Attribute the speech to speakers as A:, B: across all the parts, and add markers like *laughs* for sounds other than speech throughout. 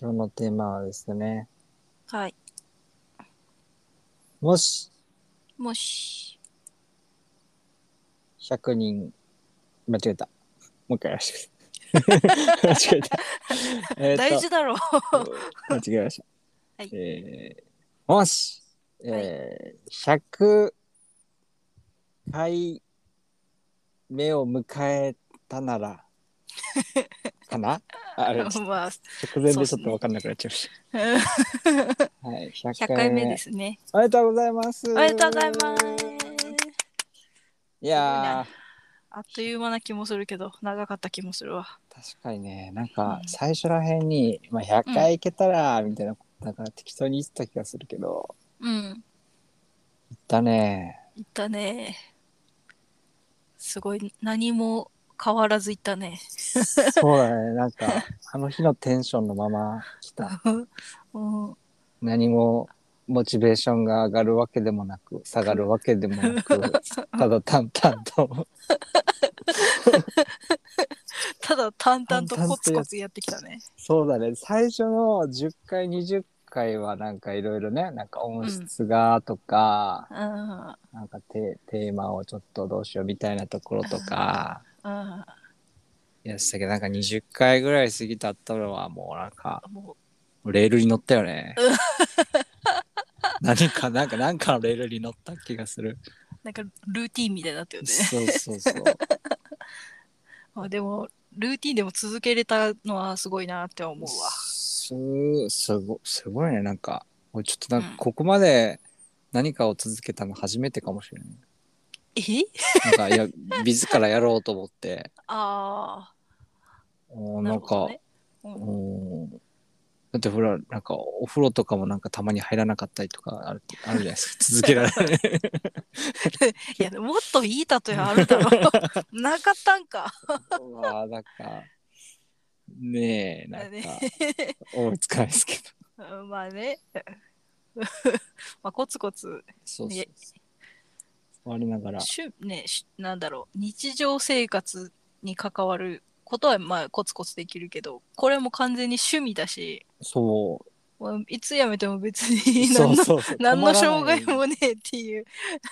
A: 今日のテーマはですね、
B: はい。
A: もし
B: もし、
A: 100人、間違えた。もう一回やらせてください。間違 *laughs* えた。えーと
B: *laughs* 大事だろう。
A: 間違えました。
B: はい
A: えーもし、えー100回目を迎えたなら、
B: *laughs*
A: かなああれ、ちょっ
B: まあ、
A: と直前でちょっと分かんなくなっちゃいまし
B: 100
A: た。はい、100
B: 回目ですね。
A: おめでとうございます。
B: おめでとうございます。
A: いや
B: あっという間な気もするけど、長かった気もするわ。
A: ー、確かにね、なんか
B: うん
A: 最初らへんに、まあ、100回いけたら、みたいな、なんか適当に言ってた気がするけど、
B: うん。
A: だね。
B: いったね。すごい、何も変わらずいったね。
A: そうだね、なんか、あの日のテンションのまま来た。
B: *laughs* うん、
A: 何もモチベーションが上がるわけでもなく、下がるわけでもな
B: *laughs*
A: く、ただ淡々と。
B: *laughs* ただ淡々
A: 淡々と
B: と
A: や
B: コツコツやってきたね。
A: そうだね、最初の10回、20回はなんかいろいろね、なんか音質がとか、
B: うん。
A: なんかテテーマをちょっとどうしようみたいなところとか、
B: うん。
A: やってたけど、なんか20回ぐらい過ぎたったのはもうなんか、
B: も
A: レールに乗ったよね。何か、なんか、なんかのレールに乗った気がする。
B: う、なんかルーティンみたいになったよね。
A: そうそうそう。
B: あでも、ルーティンでも続けれたのはすごいなって思うわ。
A: すすごすごいねなんか俺ちょっとなんかここまで何かを続けたの初めてかもしれない、な
B: え
A: んか
B: *laughs*
A: いや自らやろうと思って
B: あ
A: お
B: あ、
A: ーなん
B: るほ
A: か
B: どねうん
A: おーだってほらなんかお風呂とかもなんかたまに入らなかったりとかあるあるじゃないですか続けられない
B: いや、もっといい例え
A: *laughs*
B: あるだろ。なかったんか。
A: うわーなんかねえなんか
B: ね *laughs*
A: 思いつかないですけど
B: うんまあね。 *laughs* まあ、コツコツ、
A: そうそう
B: い
A: そう
B: え
A: 我ながら
B: しゅね、しなんだろう、日常生活に関わることは、まあ、コツコツできるけど、これも完全に趣味だし、
A: そう
B: まあいつやめても別に *laughs*
A: そ
B: 何
A: う
B: の、
A: そうそう *laughs*
B: 何の障害
A: 困
B: もねえっていう、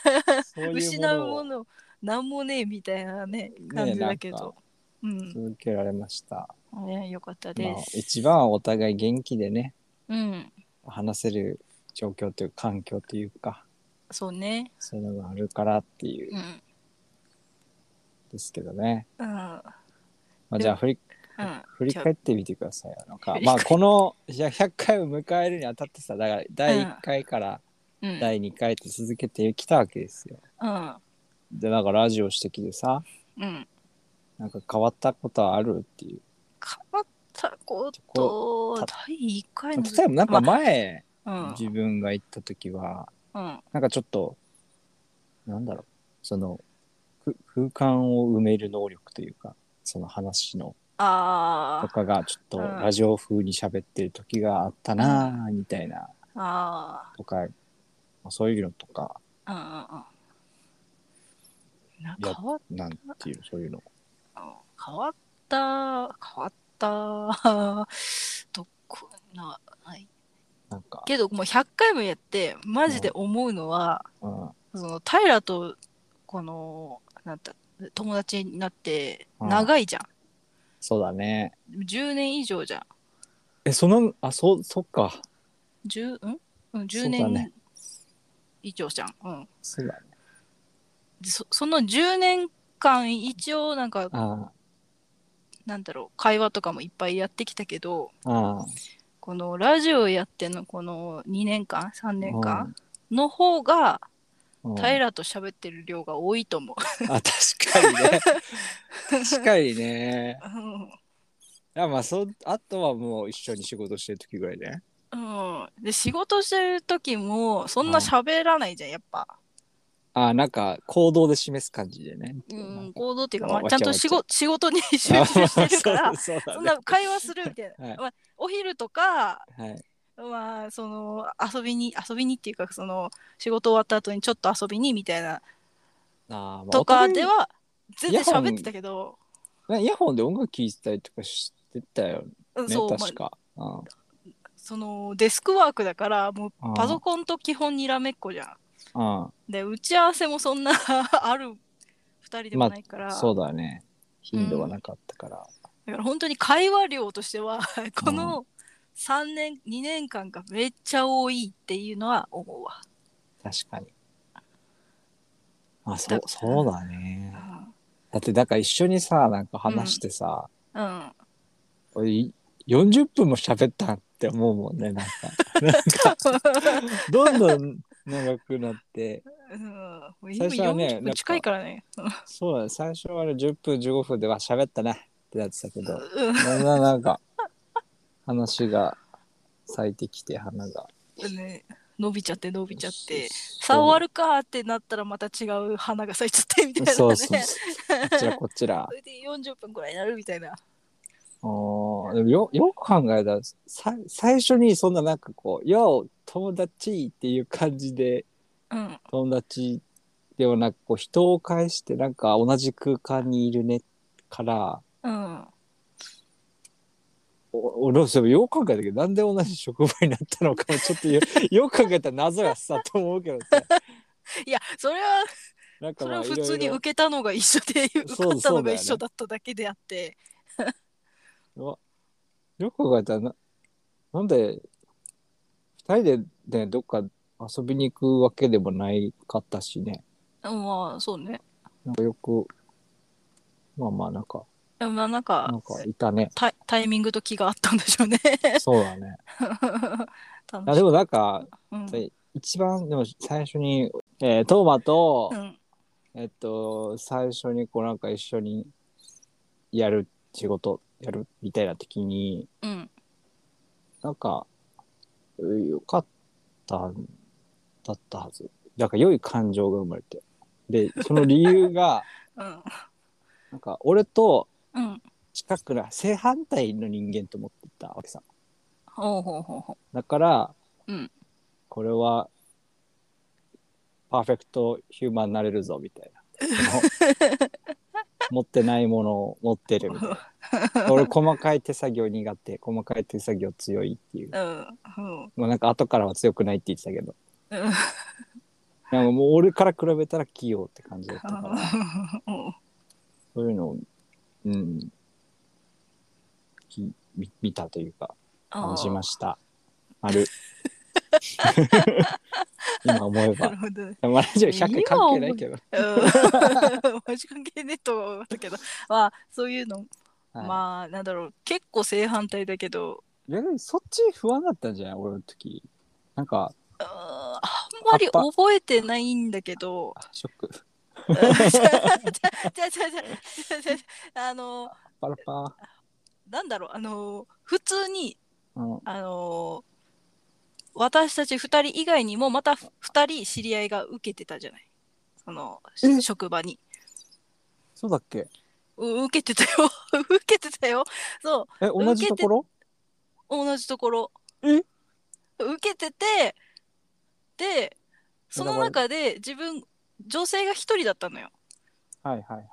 A: らないそういう
B: 失う
A: を
B: もの、何もねえみたいなね、
A: え
B: 感じだけ
A: なん
B: ど
A: か。
B: うん。
A: 続けられました。
B: ね、よかっ
A: ま
B: た
A: あ
B: で、す。
A: 一番はお互い元気でね、
B: うん。
A: 話せる状況というか環境というか、
B: そうね。
A: そういうのがあるからっていう
B: うんん。
A: ですけどね。
B: うん。
A: まあ、
B: で
A: じゃあ振り
B: うん
A: 振り返ってみてください。なんか
B: 振り
A: ま
B: 返
A: あこのいや100回を迎えるにあたってさ、だから第1回から
B: うん
A: 第2回って続けてきたわけですよ。
B: うん
A: で、なんかラジオしてきてさ、
B: うん
A: なんか変わったことはあるっていう。
B: 変わったこと
A: た
B: 第1回の
A: 例えばなんか前、
B: ま
A: 自分が行った時は、
B: うんうん
A: なんかちょっと、なんだろう、その、く空間を埋める能力というか、その話の
B: あ
A: と
B: ー
A: かがちょっと
B: うん
A: ラジオ風に喋ってる時があったなぁ、みたいな、
B: あ
A: とか、そういうのとか、
B: ーうんうんうんなん
A: いや
B: か変わっ
A: なんていうの、そういうの。
B: 変わった変わったどこなない
A: なんか、
B: けどもう100回もやってマジで思うのは、
A: うん、
B: その平とこのなんだ友達になって
A: うん
B: 長いじゃん、
A: そうだね。
B: 10年以上じゃん
A: え、その、あ、そう、そっか。
B: 10, んうん
A: そ
B: 10
A: うだね
B: 年以上じゃん。うん、
A: そうだね。
B: でそその10年間一応なんか
A: あ
B: なんだろう会話とかもいっぱいやってきたけど
A: あ、ああ、
B: このラジオやってのこの2年間3年間の方が
A: うん。
B: 平と喋ってる量が多いと思う。
A: あ、確かに
B: *laughs*
A: ね。確かにね。いや、まあ、そう、あとはもう一緒に仕事してる時ぐらいね。
B: うん、で仕事してる時もそんな喋らないじゃんやっぱ。
A: あなんか行動で示す感じでね。
B: うん、行動っていうか、
A: あ
B: まあ、ちゃんと仕
A: わ
B: 事仕事に集
A: なん
B: 中
A: か
B: してるか
A: *laughs*
B: ら
A: そうだ
B: そん
A: ね
B: な会話するみたいな。
A: はい
B: まあ、お昼とか
A: はい
B: まあ、その遊びに遊びにっていうかその仕事終わった後にちょっと遊びにみたいな
A: あーまあ
B: とかでは全然
A: イヤホン
B: 喋ってたけど、
A: お互いイヤホンで音楽聴いてたりとかしてたよ
B: うん
A: ね
B: そう、ま
A: 確か、うん
B: あそのデスクワークだからも
A: あ
B: う
A: ー
B: パソコンと基本にらめっこじゃん。
A: うん
B: で打ち合わせもそんな *laughs* ある2人でもないから、
A: そうだね頻度がなかったから、
B: だから本当に会話量としてはこの3年2年間がめっちゃ多いっていうのは思うわ。
A: 確かにあそう
B: だ
A: そうだね
B: うん
A: だってだから一緒にさなんか話してさ、
B: うん、
A: 俺い40分も喋ったって思うもんねなんかなんか *laughs* どんどん長くなって
B: うん、もう今
A: 最初はね
B: 40分近いからね。
A: そうだね最初はね10分15分では喋ったなってなってたけど
B: うん
A: だんだんなんか話が咲いてきて花が
B: ね、 *laughs* 伸びちゃって伸びちゃって
A: そう
B: 触るかってなったらまた違う花が咲いちゃってみたいなね
A: そうそうそうこっちらこっちら
B: それで40分くらいになるみたいな
A: おーでもよよく考えたらさ最初にそんななんかこう「よう友達」っていう感じで
B: うん
A: 友達ではなくこう人を介してなんか同じ空間にいるねから
B: うん
A: お俺はそれよく考えたけどなんで同じ職場になったのかもちょっと
B: *laughs*
A: よよく考えたら謎やさと思うけどさ
B: いやそれは
A: なんか
B: *laughs* そ
A: ま
B: れ
A: あ
B: はい普
A: ろ
B: 通
A: い
B: に
A: ろ
B: 受けたのが一緒で受かったのが一
A: そう
B: 緒だっただけであって
A: よく考えたらななんで2人で、ね、どっか遊びに行くわけでもないかったしね
B: うんまあそうね
A: なんかよくまあまあなんか
B: でもまあなん
A: な
B: か
A: んかいたね
B: タイタイミングと気があったんでし
A: *laughs*
B: ょうね
A: そうだね
B: 楽
A: あでもなんか
B: うん
A: で一番でも最初に、えートーマと、
B: うん
A: えっと最初にこうなんか一緒にやる仕事やるみたいな時に
B: うん
A: なんかうよかったんだったはずなんか良い感情が生まれてでその理由が
B: うん
A: なんか俺と
B: うん
A: 近くな正反対の人間と思ってたわけさ
B: ほうほうほうほ
A: だから、
B: うん
A: これはパーフェクトヒューマンになれるぞみたいな持ってないものを持ってるみたいな
B: *laughs*
A: 俺細かい手作業苦手細かい手作業強いっていう
B: ううんうん
A: もうなんか後からは強くないって言ってたけど
B: うん
A: なんかもう俺から比べたら器用って感じだったから
B: うん
A: そういうのをうんき見見たというか感じました。あ
B: *laughs*
A: る。今思え
B: な
A: ば
B: る。ほどね
A: でもラジオ100回関係ないけど。
B: うん、マジ関係ねえとは思ったけど、まあそういうの、
A: はい
B: まあなんだろう結構正反対だけど
A: 逆にそっち不安だったんじゃない俺の時。なんか、
B: うんあんまり覚えてないんだけど
A: あショック。
B: うんじゃあじゃあじゃあじゃあじゃあじゃあじゃああの
A: パラパ
B: なんだろうあの普通に
A: ー。うん。
B: あの私たち2人以外にもまた2人知り合いが受けてたじゃないその
A: え
B: 職場に。
A: そうだっけ
B: う受けてたよ *laughs* 受けてたよそう
A: え、同じところ
B: 同じところ
A: え
B: 受けててでその中で自分女性が1人だったのよ
A: はいはいはい。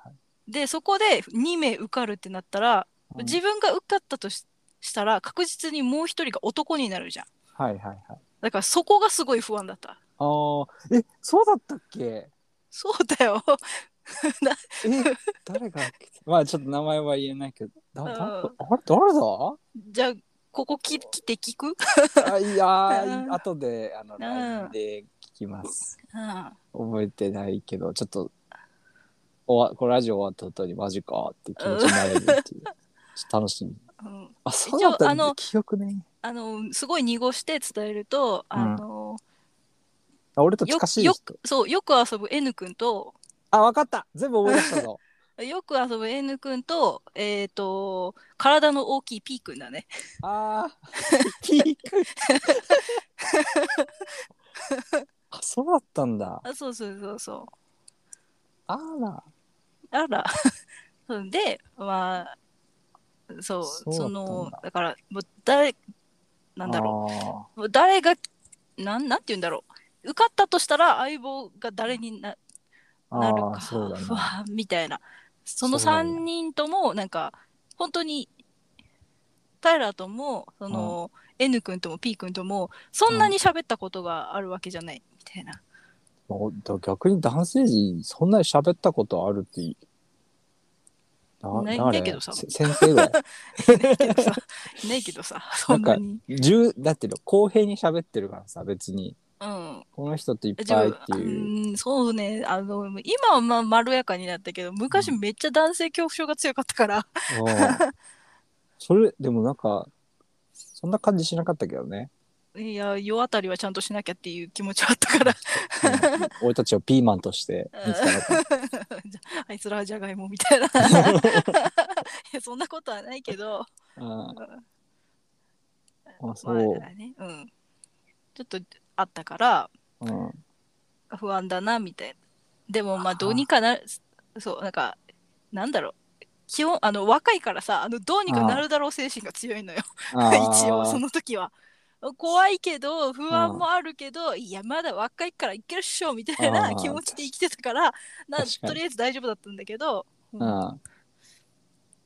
B: でそこで2名受かるってなった
A: う
B: ら、
A: ん
B: 自分が受かったとししたら確実にもう1人が男になるじゃん
A: はいはいはい。
B: だからそこがすごい不安だった
A: あーえ、そうだったっけ
B: そうだよ *laughs* な
A: え、誰が来てまあちょっと名前は言えないけど。だだあ
B: うん
A: れ誰だ
B: じゃあここ切って聞く、
A: あいやー、
B: *laughs* うん
A: 後で、あの、
B: ん
A: LINE で聞きます。
B: うん
A: 覚えてないけどちょっとおわこれラジオ終わった後にマジかって気持ちになれる *laughs* っていうちょっと楽しみ
B: うん、
A: あそうだったん
B: 一応
A: だ
B: あの
A: 記憶ね
B: あのすごい濁して伝えると、あの
A: あ俺と
B: よ
A: 近しい
B: よ
A: 人
B: くそうよく遊ぶ N 君と
A: あわかった全部思い出
B: *laughs*
A: したぞ
B: よく遊ぶ N 君と,、えー、と体の大きい P 君だね。
A: あーピー
B: *laughs*
A: クあそうだったんだ
B: あそうそうそうそ
A: あら
B: う。あら。 *laughs* そうでまあそう
A: そう
B: そ
A: だったんだ
B: のだからもう誰なんだろ
A: ろ
B: うもう誰がなんなんて言うんだろう受かったとしたら相棒が誰にな
A: う
B: なる
A: あー
B: か
A: そうだ
B: う
A: な
B: わみたいなその
A: そうなんだ
B: 3人ともなんか本当にタイラーとも、その、N 君とも P 君とも、そんなに喋ったことがあるわけじゃない、みたいな。
A: もうだ逆に男性陣そんなに喋ったことあるっていな
B: ない
A: 誰
B: ないけどさ
A: せ先生ぐらい
B: いないけどさ、いないけどさ、そんなに。
A: 10だっての公平に喋ってるからさ別に
B: うん。
A: この人っていっ
B: じゃ
A: ぱ
B: あ
A: いっていう
B: うん、そうね、あの、今はまあまろやかになったけど、昔
A: う
B: めっちゃ男性恐怖症が強かっ
A: *laughs*
B: たから、
A: うんそれでもなんかそんな感じしなかったけどね、
B: いや、世あたりはちゃんとしなきゃっていう気持ちはあったから、 *laughs*
A: うん俺たちをピーマンとして見てたのか
B: じゃああいつらはじゃがいもみたいな。い *laughs* や、そんなことはないけど、 *laughs*
A: ああそ
B: まあ
A: う、
B: ね、うん。ちょっとあったから、
A: うん、
B: 不安だなみたいなでもま
A: あ
B: あ
A: ー
B: どうにかなそうなんかなんだろう基本あの若いからさあのどうにかなるだろう精神が強いのよ
A: あー
B: *laughs* 一応その時は怖いけど不安もあるけどいやまだ若いからいけるっしょみたい
A: あ
B: な
A: ー
B: 気持ちで生きてた
A: *laughs*
B: からな
A: 確かに
B: とりあえず大丈夫だったんだけど、う
A: う
B: ん
A: ん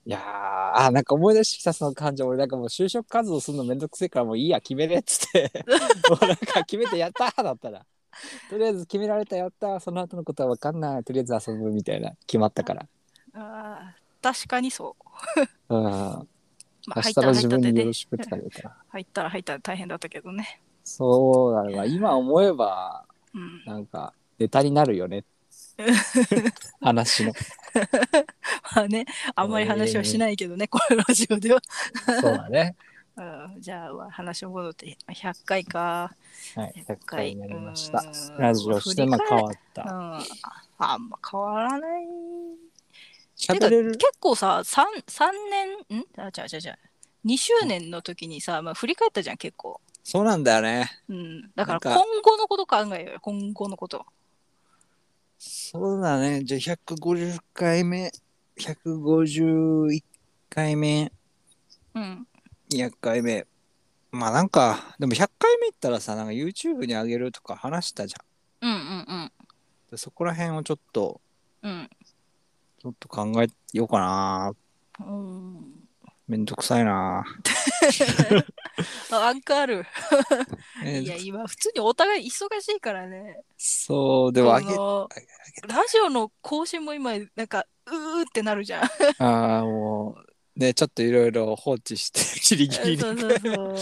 A: いやーあーなんか思い出してきたその感情俺なんかもう就職活動するのめんどくせえからもういいや決めれっつって
B: *laughs*
A: もうなんか決めてやったーだったらとりあえず決められたやったーその後のことは分かんないとりあえず遊ぶみたいな決まったから
B: あー確かにそう、
A: うん
B: まあ、
A: 明
B: 入っ
A: 日
B: た
A: の
B: ら入
A: 自
B: った
A: 分
B: で
A: によ
B: ね
A: ろしくって感じだったな
B: 入ったら入ったら大変だったけどね、
A: そうだな今思えば
B: うん、
A: なんかネタになるよね話の
B: まあねあんまり話はしないけどね、このラジオでは
A: そうだね
B: うん *laughs* じゃあは話を戻って100回か。
A: はい100回になりました
B: うん
A: ラジオしてまあ変わった
B: うん、ああんま変わらない。
A: 喋れ
B: て
A: る
B: か結構さ3、3年、んあ、違う違う違う。2周年の時にさ、まあ、振り返ったじゃん、結構。
A: そうなんだよね
B: うん。だから
A: なん
B: 今後のこと考えようよ、今後のこと。
A: そうだね。じゃあ150回目、151回目、
B: うん。
A: 200回目。まあなんか、でも100回目いったらさ、なんか YouTube に上げるとか話したじゃ
B: うんうん
A: ん。でそこら辺をちょっと、
B: うん。
A: ちょっと考えようかな。
B: うん。うん。
A: めんどくさいな。
B: あアンカール。
A: え
B: いや、今、普通にお互い忙しいからね。
A: そう、でも上
B: そ
A: げ、あ
B: のラジオの更新も今、なんか、うーってなるじゃん。
A: あー、もう、ね、ちょっといろいろ放置して、ギリギリに
B: そうそうそう。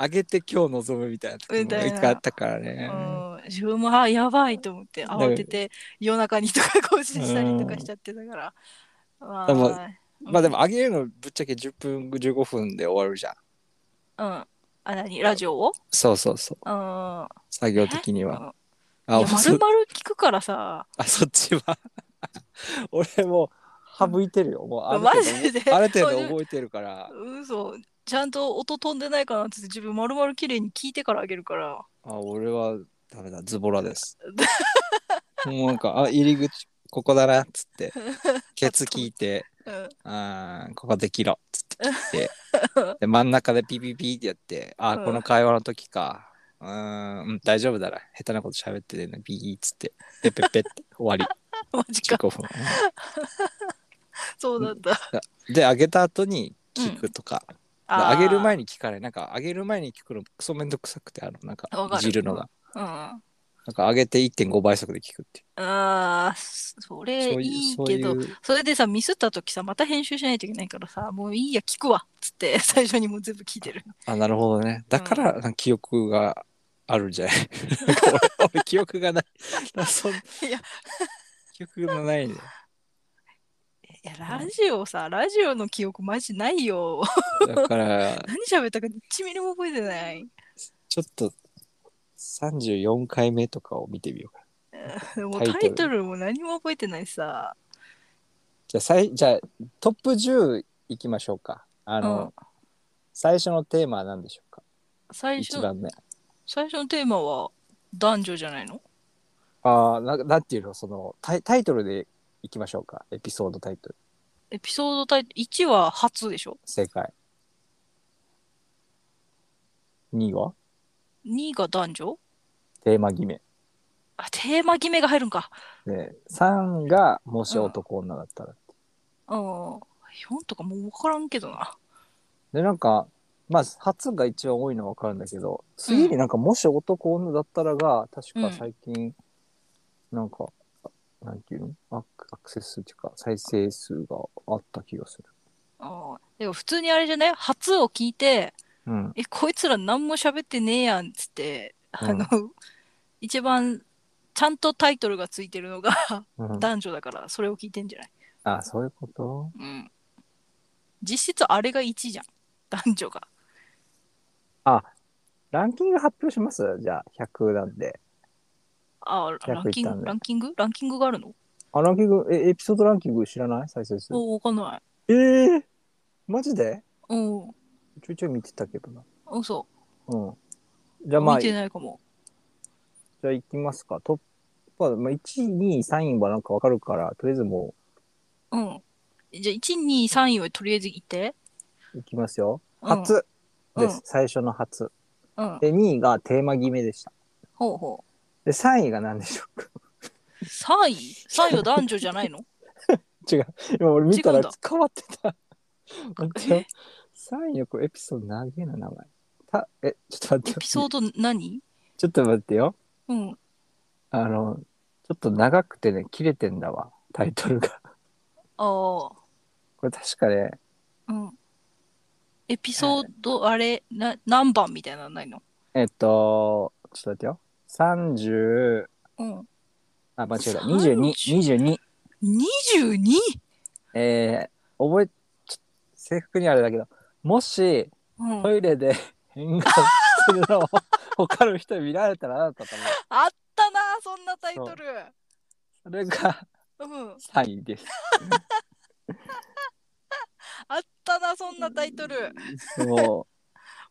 A: 上げて今日望むみたいなとこも
B: みたいな
A: 一回あったからね。
B: うん自分もあやばいと思って
A: だ
B: 慌てて夜中にとか更新したりとかしちゃってたから、ま
A: でも
B: うん
A: まあでも上げるのぶっちゃけ10分15分で終わるじゃん。
B: うんあ何ラジオを
A: そうそうそう。
B: うん
A: 作業的には。
B: うん
A: あ、
B: いやま
A: そ
B: るまる聞くからさ
A: あそっちは。 *laughs* 俺もう省いてるよ。もうある
B: マ
A: 程
B: ジで
A: 度ある程度覚えてるから。
B: 嘘ちゃんと音飛んでないかなって言って自分まるまる綺麗に聞いてからあげるから
A: あ、俺はダメだ。ズボラ *laughs* です。もうなんか、あ、入り口ここだなっつ *laughs* って。ケツ聞いて、
B: うん
A: あーここできろっつって
B: *laughs*
A: 聞いて。で、真ん中でピピピってやって、あ、この会話の時か。うーん、うん大丈夫だな。下手なこと喋ってねえな。ビーっつって。ペッペッペッ
B: *laughs*
A: って終わり。
B: マジか
A: 15分。うん
B: そうだった
A: で上げた後に聞くとか、
B: あー
A: 上げる前に聞かないなんか上げる前に聞くのクソめんどくさくてあのなんか
B: わか
A: い
B: る
A: じるのが
B: うんあ
A: なんか上げて1.5倍速で聞くってい
B: あそれ
A: うそう
B: い
A: い
B: いう
A: そう
B: けど
A: いう
B: それでさ、ミスった時さ、また編集しないといけないからさ、もういいや、聞くわっつって、 *laughs* 最初にもう全部聞いてる。
A: あなるほどねだから、なんか記憶があるんじゃない *laughs* なんか俺俺記憶がないだそん
B: *laughs* いや
A: 記憶がないね
B: いや、ラジオさ、ラジオの記憶マジないよ。 *laughs*
A: だから
B: 何喋ったか1ミリも覚えてない。 *laughs*
A: ちょっと34回目とかを見てみようか
B: もう
A: タイト
B: タ
A: ル
B: イトルも何も覚えてないしさ。
A: じゃあさいじゃあトップ10いきましょうかあの、
B: うん
A: 最初のテーマは何でしょうか
B: 最
A: 一
B: 初、
A: 番目
B: 最初のテーマは男女じゃないの
A: ああ、ななんていうの、そのタイ、タイトルでいきましょうか。エピソードタイトル。
B: エピソードタイトル、1は初でしょ
A: 正解。2は
B: ?2 が男女
A: テーマ決め。
B: あ、テーマ決めが入るんか。
A: で、3がもし男女だったら。
B: うん。4とかもう分からんけどな。
A: でなんかまあ初が一番多いのは分かるんだけど次になんかもし男女だったらが確か最近、なんかなんていうのアクアクセス数っていうか再生数があった気がする。
B: ああ。でも普通にあれじゃない初を聞いて、
A: うん、
B: え、こいつら何も喋ってねえやんっつって、あの、 *laughs* 一番ちゃんとタイトルがついてるのが
A: うん、
B: 男女だから、それを聞いてんじゃない
A: あそういうこと
B: うん。実質あれが1じゃん。男女が。
A: ランキング発表しますじゃあ100なんで。
B: ああ、ランキ
A: 100いったんだ
B: ング、ランキングランキングがあるの
A: あランキングえエピソードランキング知らない再生数。
B: おわかんな
A: え
B: い。
A: ー、マジで
B: うん。
A: ちょいちょい見てたけどな。
B: 嘘。
A: うん。じゃあまあ、
B: 見て
A: じ
B: ないかも。
A: ゃあ行きますか。トップは、まあ、1位、2位、3位はなんかわかるから、とりあえずも
B: うん。じゃあ、1、2、3位はとりあえず言って。
A: う行きますよ。
B: うん
A: 初
B: うん
A: です。最初の初。
B: うん。
A: で、2位がテーマ決めでした。
B: ほうほう。
A: で、3位が何でしょうか *laughs*
B: 3位 ?3 位は男女じゃないの
A: 違う。今俺見た
B: 違う
A: ら
B: んだ
A: 変わってた。待ってよ
B: え
A: 3位のこれエピソード長えな名前。たえ、ちょっと待
B: エ
A: って
B: ピ。ソード何
A: ちょっと待ってよ。
B: うん。
A: あの、ちょっと長くてね、切れてんだわ。タイトルが。 *laughs*
B: ああ。
A: これ確かね、
B: うん。エピソード、あれ、な、何番みたいなのないの
A: えっと、ちょっと待ってよ。30、
B: うん。
A: あ、間違えた。
B: 30
A: 22、22。
B: 22?
A: えー、覚え、ちょ正確にはあれだけど、もし
B: うん。
A: トイレで *laughs* 変顔するのを他の人に見られたらあなたかな。
B: あったな、そんなタイトル。
A: それが
B: うん。
A: 3位です。
B: あったな、そんなタイトル。
A: そ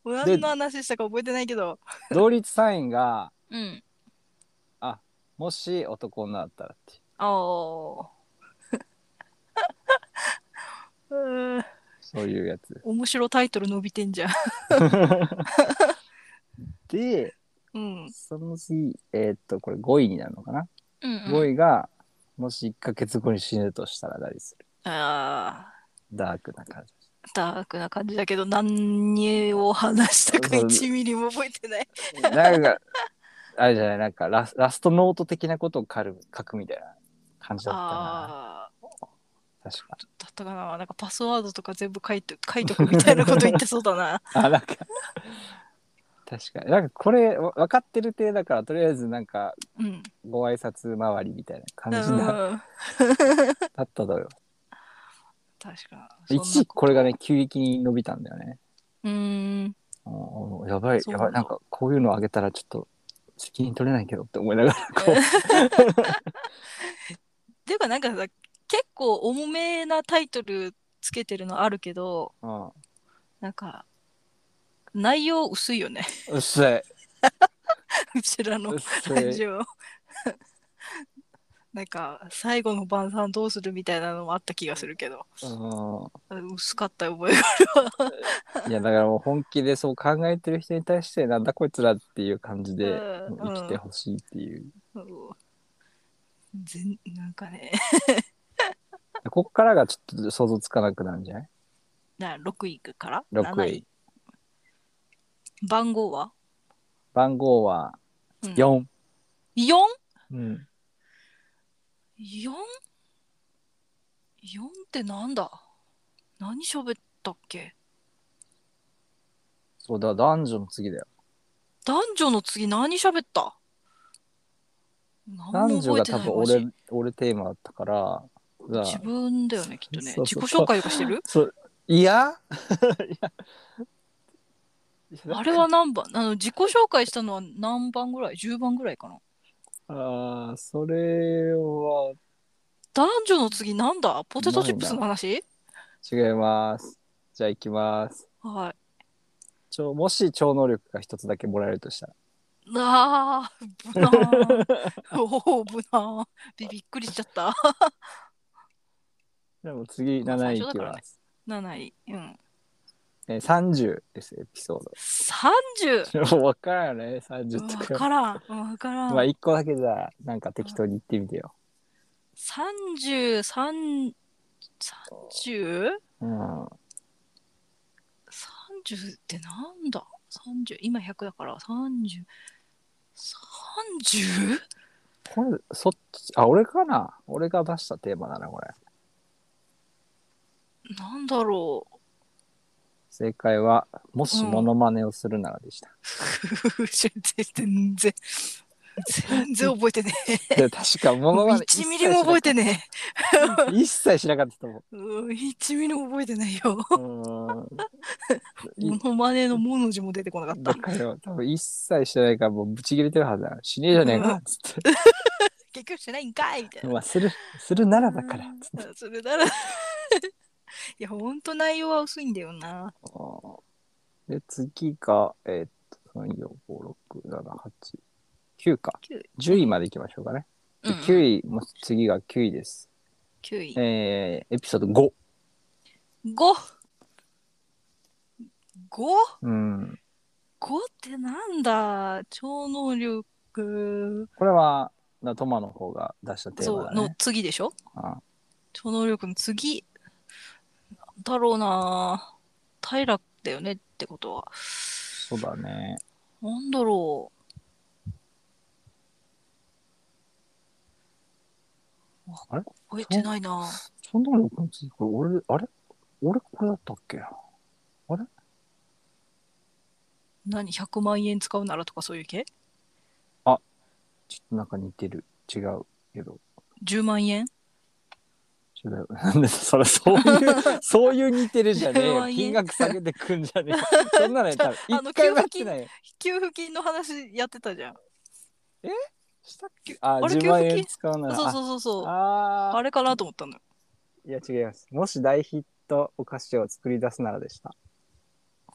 B: 何の話したか覚えてないけど。
A: う。同率3位が、
B: うん。
A: もし男女だったらっていう。
B: ああ。うん
A: そういうやつ。
B: *laughs* 面白タイトル伸びてんじゃん。
A: で、
B: うん。
A: その次、えーっと、これ5位になるのかな。
B: うん、
A: 5位が、もし1ヶ月後に死ぬとしたら何する
B: あ
A: ダークな感じ。
B: ーダークな感じだけど、何を話したか
A: そう
B: 1ミリも覚えてない。
A: なんか、あれじゃない、なんかラスラストノート的なことを書る書くみたいな感じだったな。
B: ああ。
A: 確か。
B: だったかななんかパスワードとか全部書いて、書いとくみたいなこと言ってそうだ
A: *laughs*
B: な。
A: あ、なんか、確かに。なんかこれ、わ分かってる体だから、とりあえずなんか、
B: うん。
A: ご挨拶回りみたいな感
B: う
A: じだ
B: ん。
A: だっただよ。
B: 確か。
A: 1位、これがね、急激に伸びたんだよね。
B: うーん。
A: うんうんやばい、
B: そう
A: や
B: なん
A: ば
B: だ
A: い。なんか、こういうのあげたら、ちょっと、責任取れないけどって思いながら、こう。
B: ていうかなんかさ、結構重めなタイトルつけてるのあるけど、
A: うん
B: なんか、内容薄いよね。 *laughs*
A: 薄い。
B: うちらの
A: 薄
B: ラジ
A: い。
B: オ。 *laughs* なんか、最後の晩餐どうするみたいなのもあった気がするけど、
A: う
B: 薄かった覚えが。
A: ん、いやだからもう本気でそう考えてる人に対してなんだこいつらっていう感じで
B: うん
A: 生きてほしいっていう、
B: うん全なんかね、
A: ここからがちょっと想像つかなくなるんじゃない
B: な6位から
A: 6
B: 7
A: 位
B: 番号は、
A: 番号は
B: うん、
A: 4、
B: 4?4?
A: うん、
B: 4ってなんだ何喋ったっけ
A: そうだ男女の次だよ
B: 男女の次何喋った何も
A: 男女
B: 覚え
A: が多
B: てない
A: 分
B: マ
A: 俺
B: ジ
A: 俺テーマだったからだ
B: 自分だよねきっとね
A: そう
B: 自己
A: そう
B: 紹介とかし
A: *laughs*
B: てる
A: そうい
B: *laughs*
A: やいや
B: あれは何番あの自己紹介したのは何番ぐらい ?10 番ぐらいかな
A: あーそれは
B: 男女の次なんだポテトチップスの話
A: 違いますじゃあいきます
B: はい。
A: 超もし超能力が一つだけもらえるとしたら
B: あー、無難。
A: *laughs*
B: おお、無難。びびっくりしちゃった。
A: でも次
B: まあ
A: 7位いき
B: 最初だから
A: ま
B: ね
A: す、
B: 7位。うん。
A: えー30ですエピソ
B: 30!
A: ード *laughs* もう分からんよね30
B: わ
A: とか
B: からん。わからん。
A: まあ1個だけじゃあなんか適当に言ってみてよ、
B: 30、三 30?
A: うん、
B: 三30ってなんだ ?30、今100だから30、30?
A: これそっちあ俺かな俺が出したテーマだなこれ
B: なんだろう。
A: 正解は「もし
B: うん
A: モノマネをするなら」でした、
B: 全然、全然覚えてねえ。
A: で確かモノマネ
B: 1ミリも覚えてね
A: え一切しなかったと思
B: え。うん1ミリも覚えてないよ。
A: ううー
B: モ
A: ん
B: ノマネのモの字も出てこなかっ
A: だ
B: た。
A: からよ多分一切してないからもうブチ切れてるはずだよ死ねえじゃねえかっつっ
B: *laughs* 結局してないんかいみたい
A: て、
B: な。
A: まあ、するするならだからつって
B: うんそれなら。い *laughs* や、ほんと内容は薄いんだよな。
A: で次がえーっと3456789か
B: 9
A: 10位までいきましょうかね、
B: うん、
A: で9位もう次が9位です
B: 9位。
A: えーエピソード5。
B: 5!5!
A: うん。
B: 5ってなんだ超能力
A: これは、なトマの方が出したテー
B: そう
A: マだ
B: の
A: ね。
B: 次でしょ
A: あ
B: 超能力の次なんだろうな平良だよねってことは
A: そうだね。
B: なんだろうわ
A: あれ
B: 覚えてないな
A: 超能力について、これ、俺、あれ俺これだったっけな
B: 何100万円使うならとかそういう系
A: ちょっとなんか似てる。違うけど。
B: 10万円
A: 違う。 *laughs* なんでそれ、そういう、
B: *laughs*
A: そういう似てるじゃねえ
B: 10
A: よ。
B: 万円
A: 金額下げてくんじ
B: *laughs*
A: ゃねえよ。そんなのやったら、
B: あの
A: 一回もやってないよ。
B: 給付金の話やってたじゃん
A: したっけあ、
B: あれ
A: 10万
B: 給付
A: 円
B: 金
A: 使うなら。
B: そうそうそうそうあ
A: ああ
B: れかなと思ったんだよ
A: ーいや、違います。もし大ヒットお菓子を作り出すならでした。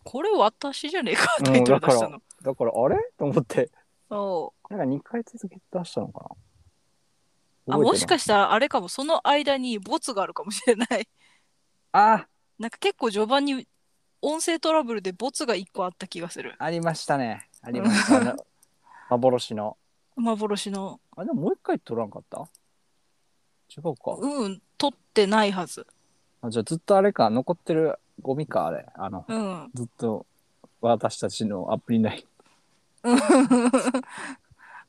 B: これ私じゃねえか
A: うん
B: タイトル出したの、
A: だから、あれと思って。
B: そう
A: なんか2回続けて出したのかな
B: あもしか
A: し
B: したらあれかもその間にボツがあるかもしれない
A: あ
B: なんか結構序盤に音声トラブルでボツが1個あった気がする
A: ありましたね。ありました。あ
B: *laughs*
A: の幻の。
B: 幻の
A: あれでももう一回撮らんかった違うか。
B: うん取ってないはず
A: あじゃあずっとあれか、残ってるゴミか、あれ。あの、
B: うん
A: ずっと私たちのアプリ内。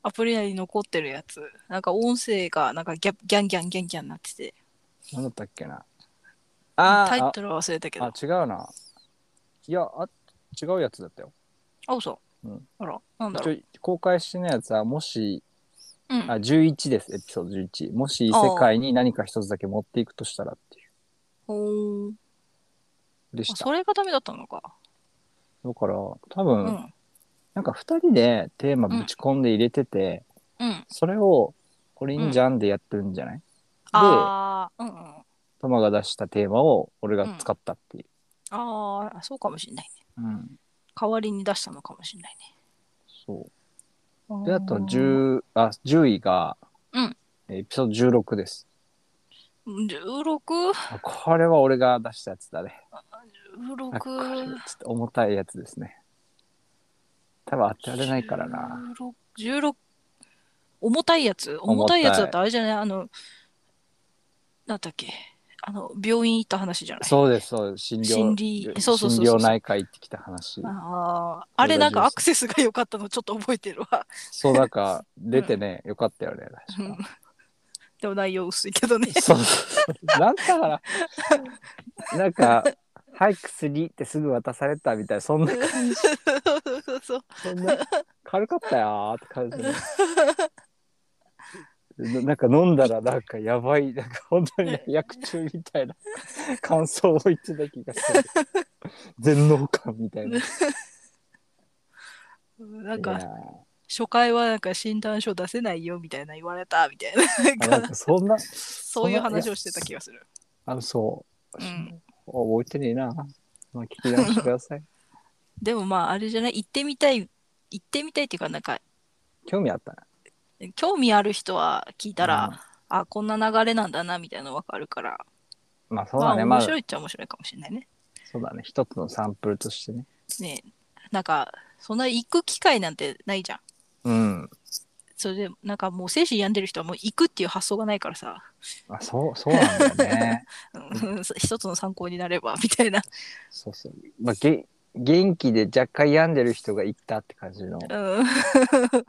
B: アプリ内に残ってるやつなんか音声がなんかギャギャンギャンギャンギャンなってて
A: なんだったっけな。
B: タ
A: あ
B: イトルは忘れたけ
A: ああ
B: ど
A: 違うな。いや、あ違うやつだったよ。
B: あ嘘、
A: うん
B: あらなんだ
A: ち
B: ろう、
A: ょ公開してないやつは、もし
B: うん、
A: あ11です、エピソード11。もし異世界に何か一つだけ持っていくとしたらっていう。
B: ほー
A: でし
B: あ
A: た。
B: それがダメだったのか
A: だから、多
B: う
A: 分、
B: ん
A: なんか2人でテーマぶち込んで入れてて、
B: うん
A: それを、これいいんじゃんでやってるんじゃない、
B: ああうんうんあ
A: トマが出したテーマを俺が使ったっていう。
B: あーそうかもしんないね
A: うん。
B: 代わりに出したのかもしんないね
A: そう。で、あと10、あ、10位が、
B: うん
A: エピソード16です。
B: 16?16
A: あこれは俺が出したやつだね。あこれちょっ
B: 16
A: と重たいやつですね。多分当てられないからな。
B: 16重たいやつ
A: 重
B: 重
A: た
B: た
A: い
B: いやつだってあれじゃないあのなんだっけあの病院行った話じゃない
A: そうです、そうです。診療
B: 心理そうそうそうそう
A: 診療内科行ってきた話。
B: あーあれなんかアクセスが良かったのちょっと覚えてるわ
A: そう、なんか、出てね、よかったよね、確
B: うん
A: か。
B: でも内容薄いけどね
A: そうそうそう。なんだから、 *laughs* なん
B: *laughs*
A: か、はい、薬ってすぐ渡されたみたいな、そんな、
B: そうそう
A: そんな、軽かったよーって感じ *laughs* で。ななんか飲んだらなんかやばいなんか本当に薬中みたいな感想を言ってた気がする全能感みたいな
B: なん
A: い
B: か
A: や
B: 初回はなんか診断書出せないよみたいな言 *laughs* われたみたいな
A: ー
B: な
A: あな
B: ん
A: ん
B: か
A: かそんな
B: そういう話をしてた気がする
A: あのそう、
B: うん
A: 覚えてねえな、まあ、聞き直してくだ *laughs* さい
B: でもまああれじゃない行ってみたい行ってみたいっていうかなんか
A: 興味あったな
B: 興味ある人は聞いたら、
A: うん
B: あこんな流れなんだなみたいなの分かるから、
A: まあそう
B: まあ
A: だね、ま
B: 面
A: あ、
B: 白いっちゃ面白いかもしれないね。
A: そうだね一つのサンプルとしてね
B: ねなんかそんな行く機会なんてないじゃん。
A: うん
B: それでなんかもう精神病んでる人はもう行くっていう発想がないからさ、
A: あそうそうなんだよね
B: *laughs* うん一つの参考になればみたいな。
A: そうそうまあげ元気で若干病んでる人が行ったって感じの
B: うん。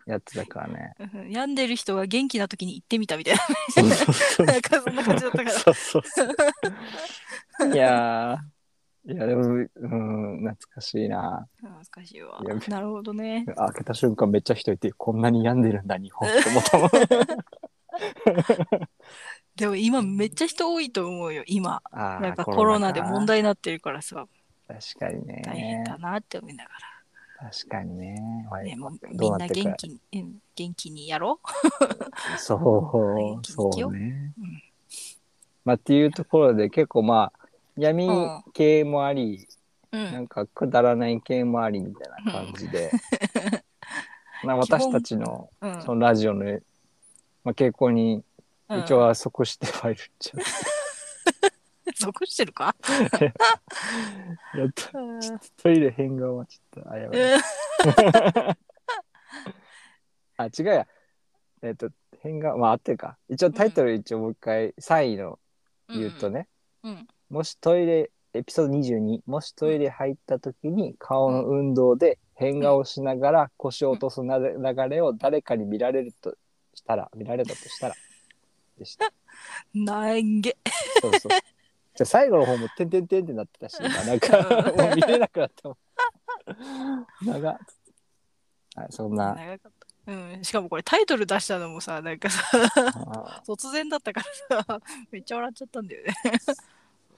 A: やつだからね。
B: うん病んでる人が元気な時に行ってみたみたい
A: そうそうそう
B: な。なんかそんな感じだったから。
A: そうそうそう。いやー、いやでも、うん、懐かしいな。
B: 懐かしいわ
A: やべ。
B: なるほどね。
A: 開けた瞬間めっちゃ人いて、こんなに病んでるんだ、日本って思
B: *laughs*
A: ったもん。
B: でも今めっちゃ人多いと思うよ、今。
A: あー
B: なんかコロナで問。
A: か
B: 題になってるからさ、
A: 確かにね。
B: 大変だなって思いなが
A: 確かにね。
B: ら。ね、もうみ
A: どうんな
B: な
A: ってるか
B: 元気に、うん元気にやろ
A: そう、
B: 元気
A: そ
B: よ
A: うね
B: うん。
A: まあっていうところで結構まあ闇
B: うん
A: 系もあり、
B: う。う。
A: なんんかくだらない系もありみたいな感じで、まあ私たちの
B: うん。
A: そのラジオの、まあ、傾向に
B: うん
A: 一応は即してはいるっちゃ、
B: 属してるか *laughs*
A: うやっと
B: うん
A: トイレ変顔はちょっとあやばい。あ違うや。えっ、と変顔まあ合ってるか。一応タイトル一応もう一回3位の言うと。ね、
B: うん。
A: もしトイレエピソード22もしトイレ入った時に顔の運動で変顔しながら腰を落とすなぜ流れを誰かに見られるとしたら見られたとしたらでした。
B: なんげ。
A: そうそう。じゃあ最後の方もてんてんてんってなってたし、なんか
B: うん
A: もう見れなくなったもん。長っ。はい、そんな。
B: 長かった。うん。しかもこれタイトル出したのもさ、なんかさ、
A: あ
B: 突然だったからさ、めっちゃ笑っちゃったんだよね。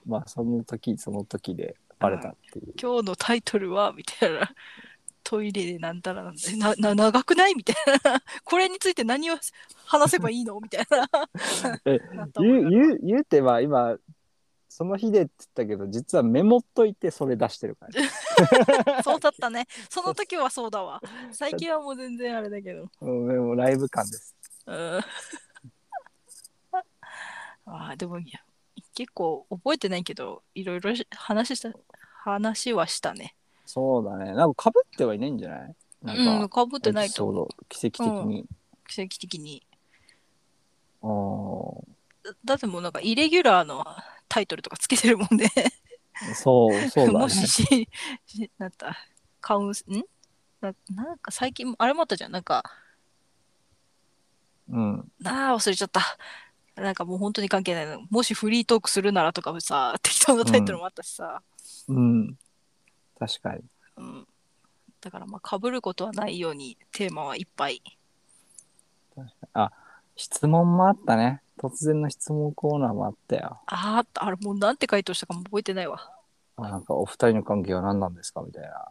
A: まあその時その時でバレたっていう。
B: 今日のタイトルはみたいな。 *laughs* トイレでなんたらなんだなな長くないみたいな。 *laughs* これについて何を話せばいいのみたいな。
A: *laughs* え
B: なったも
A: 言
B: ん
A: う
B: な
A: 言う言うてまあ今その日でって言ったけど実はメモっといてそれ出してるから。
B: そうだったね。その時はそうだわ。最近はもう全然あれだけど。
A: うんでもライブ感です。
B: うんあーでもいや結構覚えてないけどいろいろし話した話はしたね。
A: そうだね。なんか被ってはいないんじゃない？
B: う
A: なん
B: ん
A: か、
B: かぶってないと
A: そう
B: 思う
A: 奇跡的に。
B: 奇跡的に。
A: お
B: だだってもうなんかイレギュラーのタイトルとかつけてるもんね。
A: ーそうそうだね。
B: もしししなんだカウンスんななんか最近もあれもあったじゃんなんか
A: うん。
B: なあ忘れちゃった。なんかもう本当に関係ないの。もしフリートークするならとかもさ適当なタイトルもあったしさ。
A: うん。確かに。
B: うん、だからまあ被ることはないようにテーマはいっぱい
A: 質問もあったね。突然の質問コーナーもあったよ。
B: あーあれもうなんて回答したかも覚えてないわ
A: あなんかお二人の関係は何なんですかみたいな。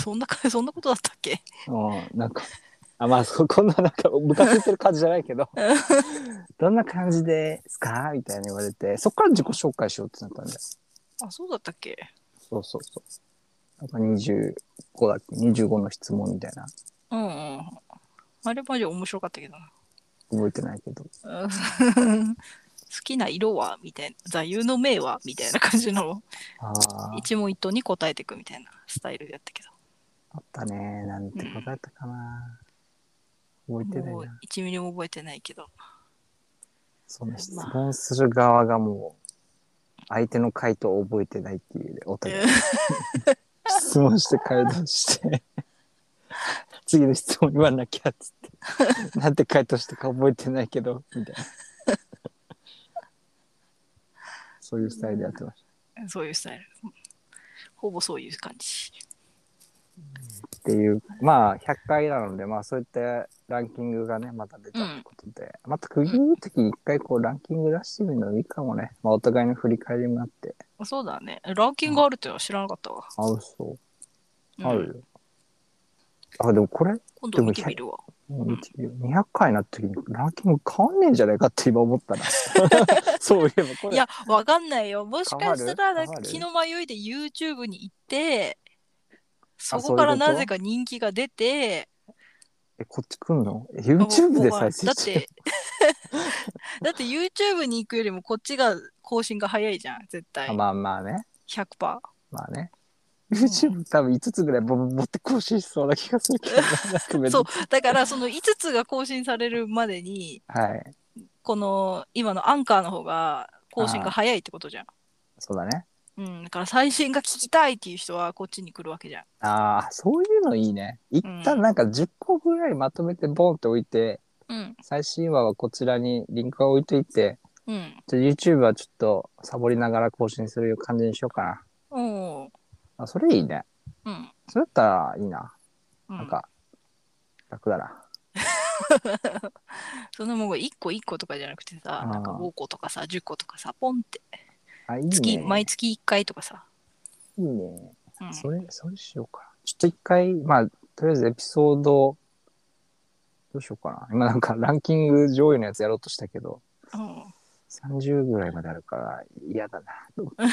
B: そんな *laughs* かそんなことだったっけ
A: うん、なんか、あ、まあ、そこんな、なんか、ムカついてる感じじゃないけ
B: *laughs*
A: ど、どんな感じですかみたいな言われて、そっから自己紹介しようってなったんだよ。
B: あそうだったっけ
A: そうそうそう。なんか25だっけ ?25 の質問みたいな。
B: うんうんあれマジ面白かったけどな
A: 覚えてないけど。
B: うん *laughs* 好きな色はみたいな座右の銘はみたいな感じの
A: ああ、
B: 一問一答に答えていくみたいなスタイルでやったけど
A: あったね。なんて答えたかな。覚えてない
B: もう
A: な。
B: 1ミリも覚えてないけど
A: その質問する側がもう、相手の回答を覚えてないっていうね、お互い。質問して回答して次の質問言わなきゃっつってなんて回答したか覚えてないけどみたい *laughs* なそういうスタイルでやってまし
B: *laughs* そういうスタイルほぼそういう感じ
A: たっていうまあ100回なのでまあそういったランキングがねまた出たってことで、また区切る時に一回こうランキング出してみるのもいいかもね、まあ、お互いの振り返りもあって
B: そうだねランキングあるってのは知らなかったわ、
A: あそう
B: うん
A: あるよ、あでもこれ
B: 今度見てみるわ
A: もう一秒200回になった時にランキング変わんねえんじゃないかって今思ったな。 *laughs* そういえばこれ。
B: いや、わかんないよ。もしかしたら、な
A: 変わる
B: んか気
A: 変
B: の迷いで YouTube に行って、
A: そ
B: そ
A: うい
B: こ
A: う
B: か
A: こ
B: ら
A: と
B: なぜか人気が出て、
A: え、こっち来んのえ ?YouTube で
B: もうも
A: 再
B: う
A: 生
B: だっ
A: してる
B: て、 *laughs* だって YouTube に行くよりもこっちが更新が早いじゃん、絶対
A: あ。まあまあね。
B: 100%。
A: まあね。YouTube 多分5つぐらいぼ持って更新しそうな気がするけど、なんか別
B: *laughs* そ
A: に
B: う。だから、その5つが更新されるまでに、
A: はい。
B: この今のアンカーの方が更新が早いってことじゃん。
A: そうだね。
B: うん、だから最新が聞きたいっていう人はこっちに来るわけじゃん。
A: ああ、そういうのいいね。一旦なんか10個ぐらいまとめてボンって置いて、
B: うん、
A: 最新話はこちらにリンクを置いといて、
B: うん、
A: じゃあ YouTube はちょっとサボりながら更新する感じにしようかな。
B: おー
A: あ、それいいね。
B: うん、
A: それだったらいいな。
B: うん。
A: なんか、楽だな。
B: そんなもん1個1個とかじゃなくてさ
A: あ、ー
B: なんか5個とかさ、10個とかさ、ポンって。
A: あ、いいね。
B: 月、毎月1回とかさ。
A: いいね。
B: うん、
A: それ、それしようかな。ちょっと一回、まあ、とりあえずエピソード、どうしようかな。今なんかランキング上位のやつやろうとしたけど、
B: う
A: 30ぐらいまであるから嫌だな
B: *laughs*
A: と思って。
B: ん、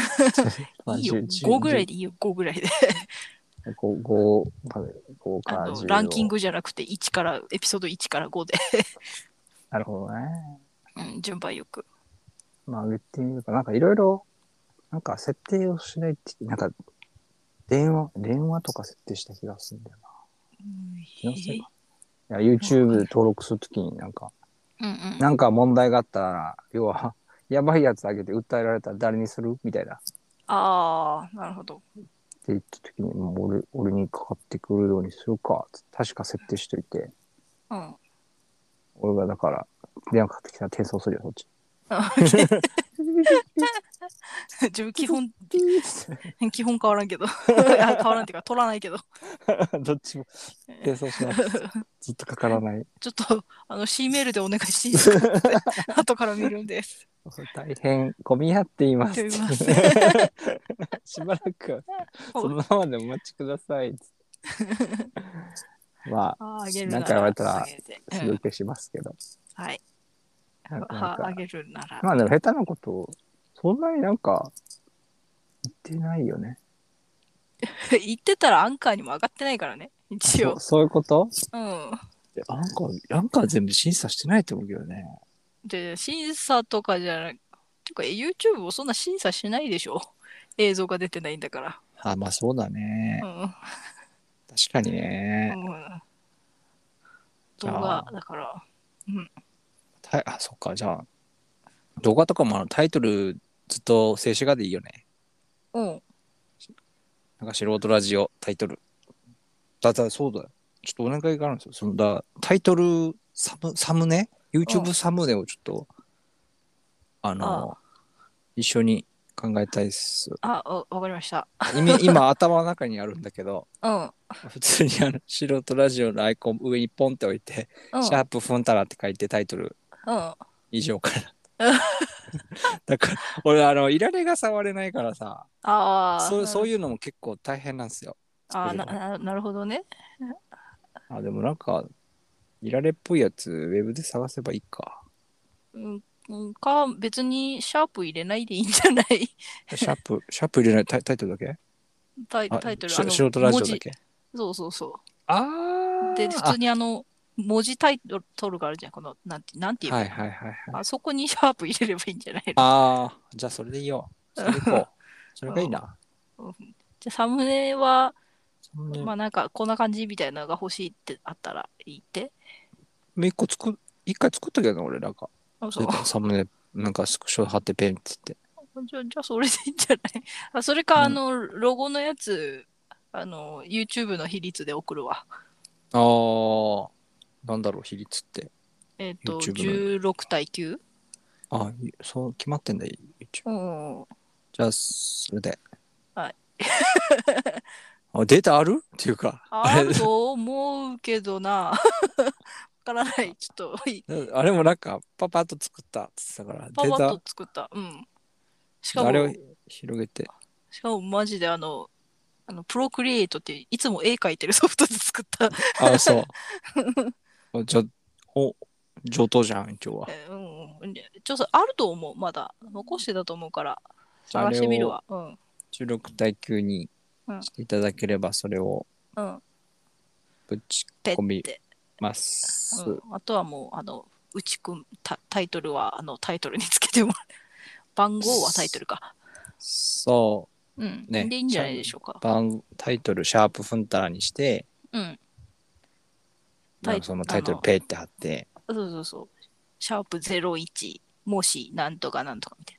B: いいよ、5ぐらいでいいよ、5ぐらいで。
A: 5, 5まで5か
B: あ
A: 10
B: の
A: を
B: ランキングじゃなくて、1から、エピソード1から5で、
A: なるほどね
B: うん、順番よく。
A: まあ上げてみるかなんかいろいろなんか設定をしないってなんか電話電話とか設定した気がするんだよ
B: うん
A: な気のせいかいや YouTube 登録するときになんか
B: うんうん
A: なんか問題があったら要は *laughs* やばいやつあげて訴えられたら誰にするみたいなって
B: ああ、なるほど。
A: 言ったときにもう俺俺にかかってくるようにするかつって確か設定しといて
B: うん。 *laughs*
A: 俺がだから電話かかってきたら転送するよそっち。
B: *laughs* 自分、基本、 *laughs*
A: ピース
B: 基本変わらんけど。 *laughs* あ変わらんっていうか、取らないけど。 *laughs*
A: どっちも転送しない。ずっとかからない。
B: ちょっと、あの、C メールでお願いしていいですか *laughs* って、後から見るんです。
A: 大変混み合っています。
B: すいま
A: *laughs* しばらくそのままでお待ちくだ
B: *laughs*
A: さい。まあ、
B: ああげる
A: なんか言われたら
B: あげて
A: す
B: う
A: ぐ
B: ん
A: 消しますけど。
B: はい。
A: なんかなん
B: ああ
A: か
B: げるなら。 *laughs*
A: まあでも下手なこと、そんなになんか言ってないよね。
B: 言ってたらアンカーにも上がってないからね、一
A: そ
B: 応
A: う。そういうこと
B: うん。
A: アンカー、アンカー全部審査してないと思うけどね。
B: で、審査とかじゃなくてか、YouTube もそんな審査しないでしょ。映像が出てないんだから。
A: あまあそうだね
B: う。ん。
A: 確かにね。
B: うん動画だから。
A: たあそっかじゃあ動画とかもあのタイトルずっと静止画でいいよね
B: うん。
A: なんか素人ラジオタイトルだだそうだよちょっとお願いがあるんですよそのだタイトルサムサムネ
B: う
A: YouTube
B: ん
A: サムネをちょっとあの一緒に考えたいっす
B: あ、おわかりました。 *laughs*
A: 今今頭の中にあるんだけど
B: うん。
A: 普通にあの素人ラジオのアイコン上にポンって置いて「
B: う
A: シ
B: ん。
A: ャープフンタラ」って書いてタイトル
B: うん。
A: 以上か
B: *laughs*
A: なだから俺あのいられが触れないからさ
B: ああ。
A: そうそう
B: いう。
A: いうのも結構大変なんですよ。
B: あーなななるほどね。
A: あでもなんかいられっぽいやつウェブで探せばいい
B: *laughs*
A: か。
B: うんうん。か、別にシャープ入れないでいいんじゃない *laughs*
A: シャープシャープ入れないタイタイトルだけ
B: タイ
A: あ
B: タイトル。
A: し
B: あの
A: 素人ラジオだ
B: 文字
A: け
B: そうそうそ
A: あ
B: う。
A: ー
B: で、普通にあの、文字タイトルがあるじゃん。この、なんて、なんていう
A: あ
B: の、
A: はいはいはいはい。
B: あそこにシャープ入れればいいんじゃないの
A: ああじゃあそれでいいよ。それでいこ
B: *laughs*
A: う。それがいいな。
B: じゃあサムネは、
A: そんな
B: まあなんかこんな感じみたいなのが欲しいってあったら言って。
A: もう一個作っ一回作ったけどな俺なんか。そ
B: あそう
A: れとサムネなんかスクショ貼ってペンって言って。
B: じゃあじゃあそれでいいん *laughs* じゃないあそれか、
A: うん
B: あの、ロゴのやつ、あの、YouTube の比率で送るわ。
A: あーなんだろう比率って。
B: えっ、と、
A: YouTube
B: 16対 9?
A: あいそう決まってんだ一応。
B: うん。
A: じゃあ、それで。
B: はい。
A: *laughs* あデータあるっていうか、
B: あ
A: あ
B: ると思うけどな。わからない。ちょっと、い
A: れ、あれもなんか、パパッと作ったって言ってたから、
B: パ
A: デ
B: パッ
A: ー
B: と作った。うん。し
A: タ、
B: か
A: あれを
B: も、
A: 広げて。
B: しかもマジであの、あのプロクリエイトっていつも絵描いてるソフトで作った。
A: あ、
B: *laughs*
A: そう。じゃ、お、上等じゃん、今日は。
B: えうん、ちょっとあると思う、まだ。残してたと思うから、探してみるわ。うん。
A: 16対9にしていただければ、それを
B: うん。
A: ぶち
B: ペ
A: 込み
B: ッて。
A: ます。
B: うん、あとはもう、あの、うちくん、タタイトルは、あの、タイトルにつけてもらう。 *laughs* 番号はタイトルか。
A: そ
B: うん。
A: ね
B: でいいんじゃないでしょうか
A: う、。番、タイトル、シャープフンタラにして、
B: うん。タ
A: な
B: イ
A: んかそのタイト
B: あ
A: ル
B: の
A: ペって貼って、
B: そうそうそう。シャープ01、もし、なんとかなんとかみたい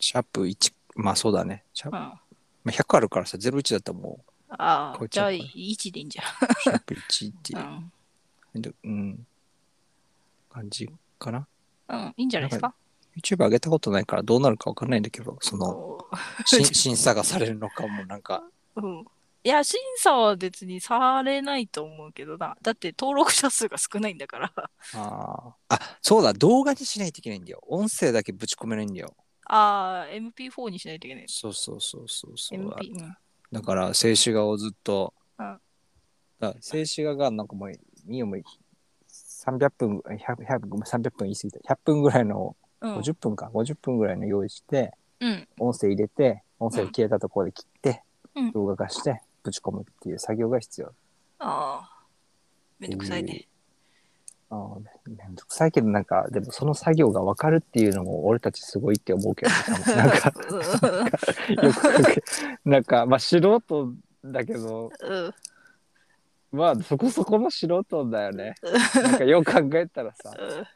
A: シャープ1、まあそうだね。シャー
B: う
A: プ
B: ん。あ
A: まあ、100あるからさ、01だったらも
B: あ
A: こ、いつ
B: じゃ
A: は
B: あ
A: これ
B: 1でいいんじゃ。
A: う、 *laughs* シャープ1っていうんめんど、うん、感じかな。
B: うん。うん。いいんじゃないですか
A: YouTube 上げたことないからどうなるかわかんないんだけど、その、し審査がされるのかもなんか、
B: うん。いや、審査は別にされないと思うけどな。だって登録者数が少ないんだから。
A: あーあ、そうだ、動画にしないといけないんだよ。音声だけぶち込めないんだよ。
B: ああ、MP4 にしないといけない。
A: そうそうそうそうそう。
B: MP、うん。
A: だから静止画をずっと、
B: うん
A: だから静止画がなんかもうミオも300分100 100ごめん300分言い過ぎた100分ぐらいの
B: うん。
A: 50分か、50分ぐらいの用意して
B: うん。
A: 音声入れて音声消えたところで切って、
B: うん
A: 動画化してぶち込むっていう作業が必要
B: ああ。めんどくさいね。
A: あーめめんどくさいけどなんかでもその作業が分かるっていうのも俺たちすごいって思うけ
B: *laughs*
A: どなんかよくなんかまあ素人だけど
B: うん。うん
A: まあそこそこの素人だよね。なんかよく考えたらさ。
B: うん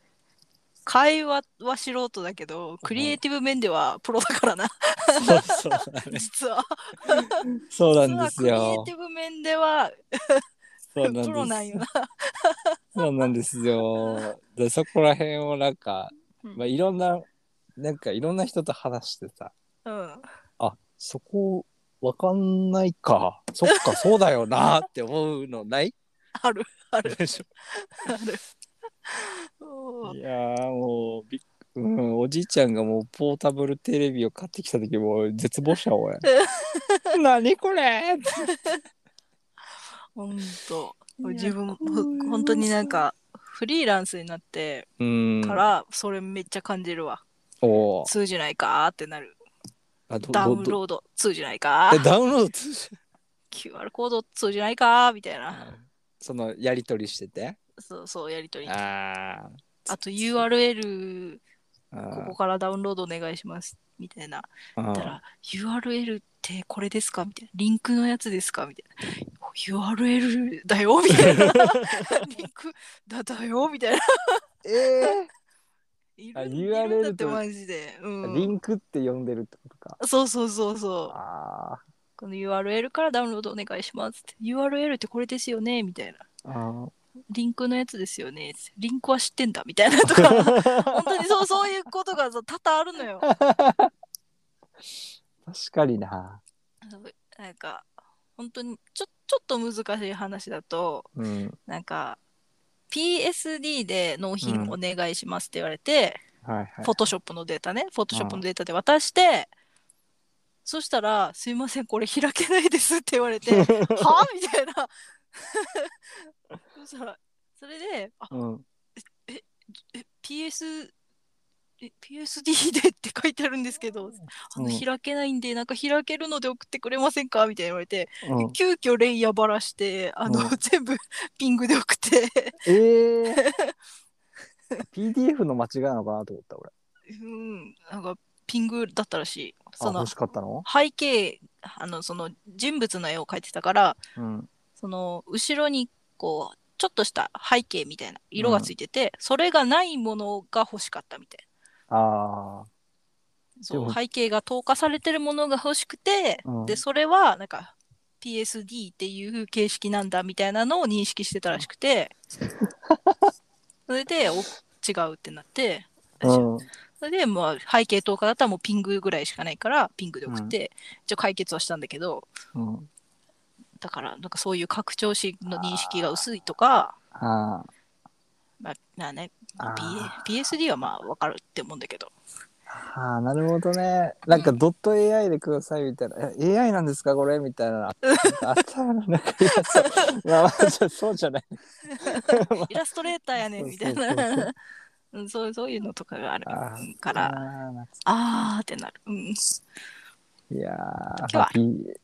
B: 会話は素人だけど、クリエイティブ面ではプロだからな、
A: *laughs* そうそう
B: 実は。
A: そうなん
B: 実
A: で
B: は
A: す
B: クリエイ
A: よ
B: テ。ィブ面では
A: そうなんです。
B: プロなんよな。
A: そうなんです
B: *laughs*
A: よ。でそこら辺をなんか、
B: うん
A: まあ、いろんななんかいろんな人と話してさ
B: うん。
A: あそこわかんないかそっかそうだよなって思うのない
B: ある、ある、
A: でしょ
B: ある。おー
A: *laughs* いやーもうびっうん、おじいちゃんがもうポータブルテレビを買ってきた時もう絶望した
B: *laughs*
A: 俺何これ
B: ほんと。
A: いや
B: 自分も
A: 怖い
B: 本当になんかフリーランスになって
A: うん
B: からそれめっちゃ感じるわ。
A: おー
B: 通じないかーってなる。
A: あど
B: ダウン
A: どど
B: ロード通じないか
A: え
B: ー。
A: ダウンロード通信
B: QR コード通じないかーみたいな。
A: そのやり取りしてて
B: そうそうやりとり。あ
A: あー
B: と URL
A: あ
B: こ
A: ー
B: こからダウンロードお願いしますみたいな。
A: あ
B: だったら URL ってこれですかみたいな。リンクのやつですかみたいな。URL だよみ
A: *laughs*
B: たいな。リンクだだよみたいな。
A: ええ
B: い
A: あ
B: るいるんだって
A: と
B: マジで。う
A: *laughs* リ
B: ん。
A: ンクって呼んでるってことか
B: そうそうそうそう。
A: あ
B: この URL からダウンロードお願いしますって。URL ってこれですよねみたいな。
A: ーあ
B: リンクのやつですよねって。リンクは知ってんだみたいな
A: *laughs*
B: とか。本当にそうそういうことがさ多々あるのよ。
A: 確かにな
B: なんか本当にちょちょっと難しい話だと
A: うん
B: なんか PSD で納品お願いしますって言われて、
A: はいはい
B: フォトショップのデータねフォトショップのデータで渡してそしたら「すいませんこれ開けないです」って言わ
A: *laughs*
B: れて「はあ?」みたいな *laughs* そしたらそれで「あ
A: うん
B: え PS え PSD でって書いてあるんですけど、あの
A: うん
B: 開けないんでなんか開けるので送ってくれませんかみたいに言われて、
A: うん
B: 急遽レイヤーばらしてあの、
A: うん
B: 全部ピングで送って
A: ええ *laughs* PDF の間違いなのかなと思った俺
B: うんなんかピングだったらしい
A: あ
B: その
A: 欲しかったの
B: 背景あのその人物の絵を描いてたから
A: うん
B: その後ろにこうちょっとした背景みたいな色がついてて、それがないものが欲しかったみたい
A: あ
B: なそ
A: で
B: う
A: も
B: 背景が透過されてるものが欲しくて、
A: あ、うん、
B: でそれはなんか PSD っていう形式なんだみたいなのを認識してたらしくて
A: *laughs*
B: それでお違うってなって
A: うん
B: それでまあ背景10日だったらもうピングぐらいしかないからピングで送って、一応解決はしたんだけど
A: うん、
B: だからなんかそういう拡張子の認識が薄いとか
A: あ
B: まあまあね、
A: あ
B: P、PSD はまあ分かるって思うん
A: *laughs*
B: だけど
A: ーあーなるほどねなんか
B: うん
A: ドット AI でくださいみたいな「え AI なんですかこれ?」みたい
B: *laughs*
A: なのあったあったよななんかいやそうまあまあじゃあそうじゃない
B: イラストレーターやねんみたい
A: そうそうそ
B: な *laughs* うんそうそういうのとかがある
A: あー
B: から
A: あ
B: あーってなる。うん
A: ーいやー
B: 時
A: ま
B: は
A: あ、P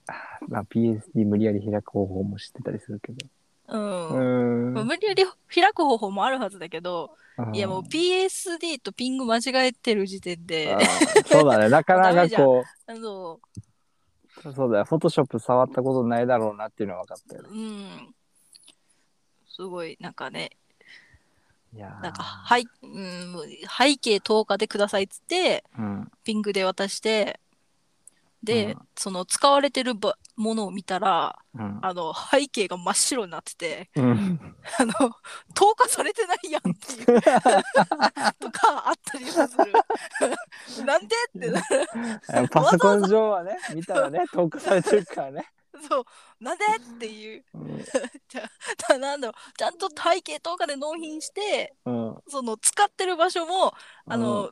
A: あーまあ、PSD 無理やり開く方法も知ってたりするけど
B: うん
A: う
B: まあ
A: ん
B: 無理やり開く方法もあるはずだけど、いやも
A: あ
B: う PSD とピング間違えてる時点で、
A: ー *laughs* そうだねなかな
B: ダメ
A: か
B: じゃん
A: こ
B: あ *laughs* の、
A: うそうだよフォトショップ触ったことないだろうなっていうのは分かったよね
B: うん、すごいなんかね、
A: いやー
B: なんか、はい、うん、背景10日でくださいっつって、
A: うん
B: ピングで渡して、で、
A: うん
B: その使われてるばものを見たら、
A: うん
B: あの、背景が真っ白になってて、 *laughs*
A: うん
B: あの、投下されてないやんっていうとかあったりもする。なんでってなる。
A: パソコン上はね見たらね投下されてるから
B: *laughs*
A: ね、
B: そう、なんでっていう。
A: うん
B: だなんだろう、ちゃんと背景投下で納品して、
A: うん、
B: その使ってる場所も、あの、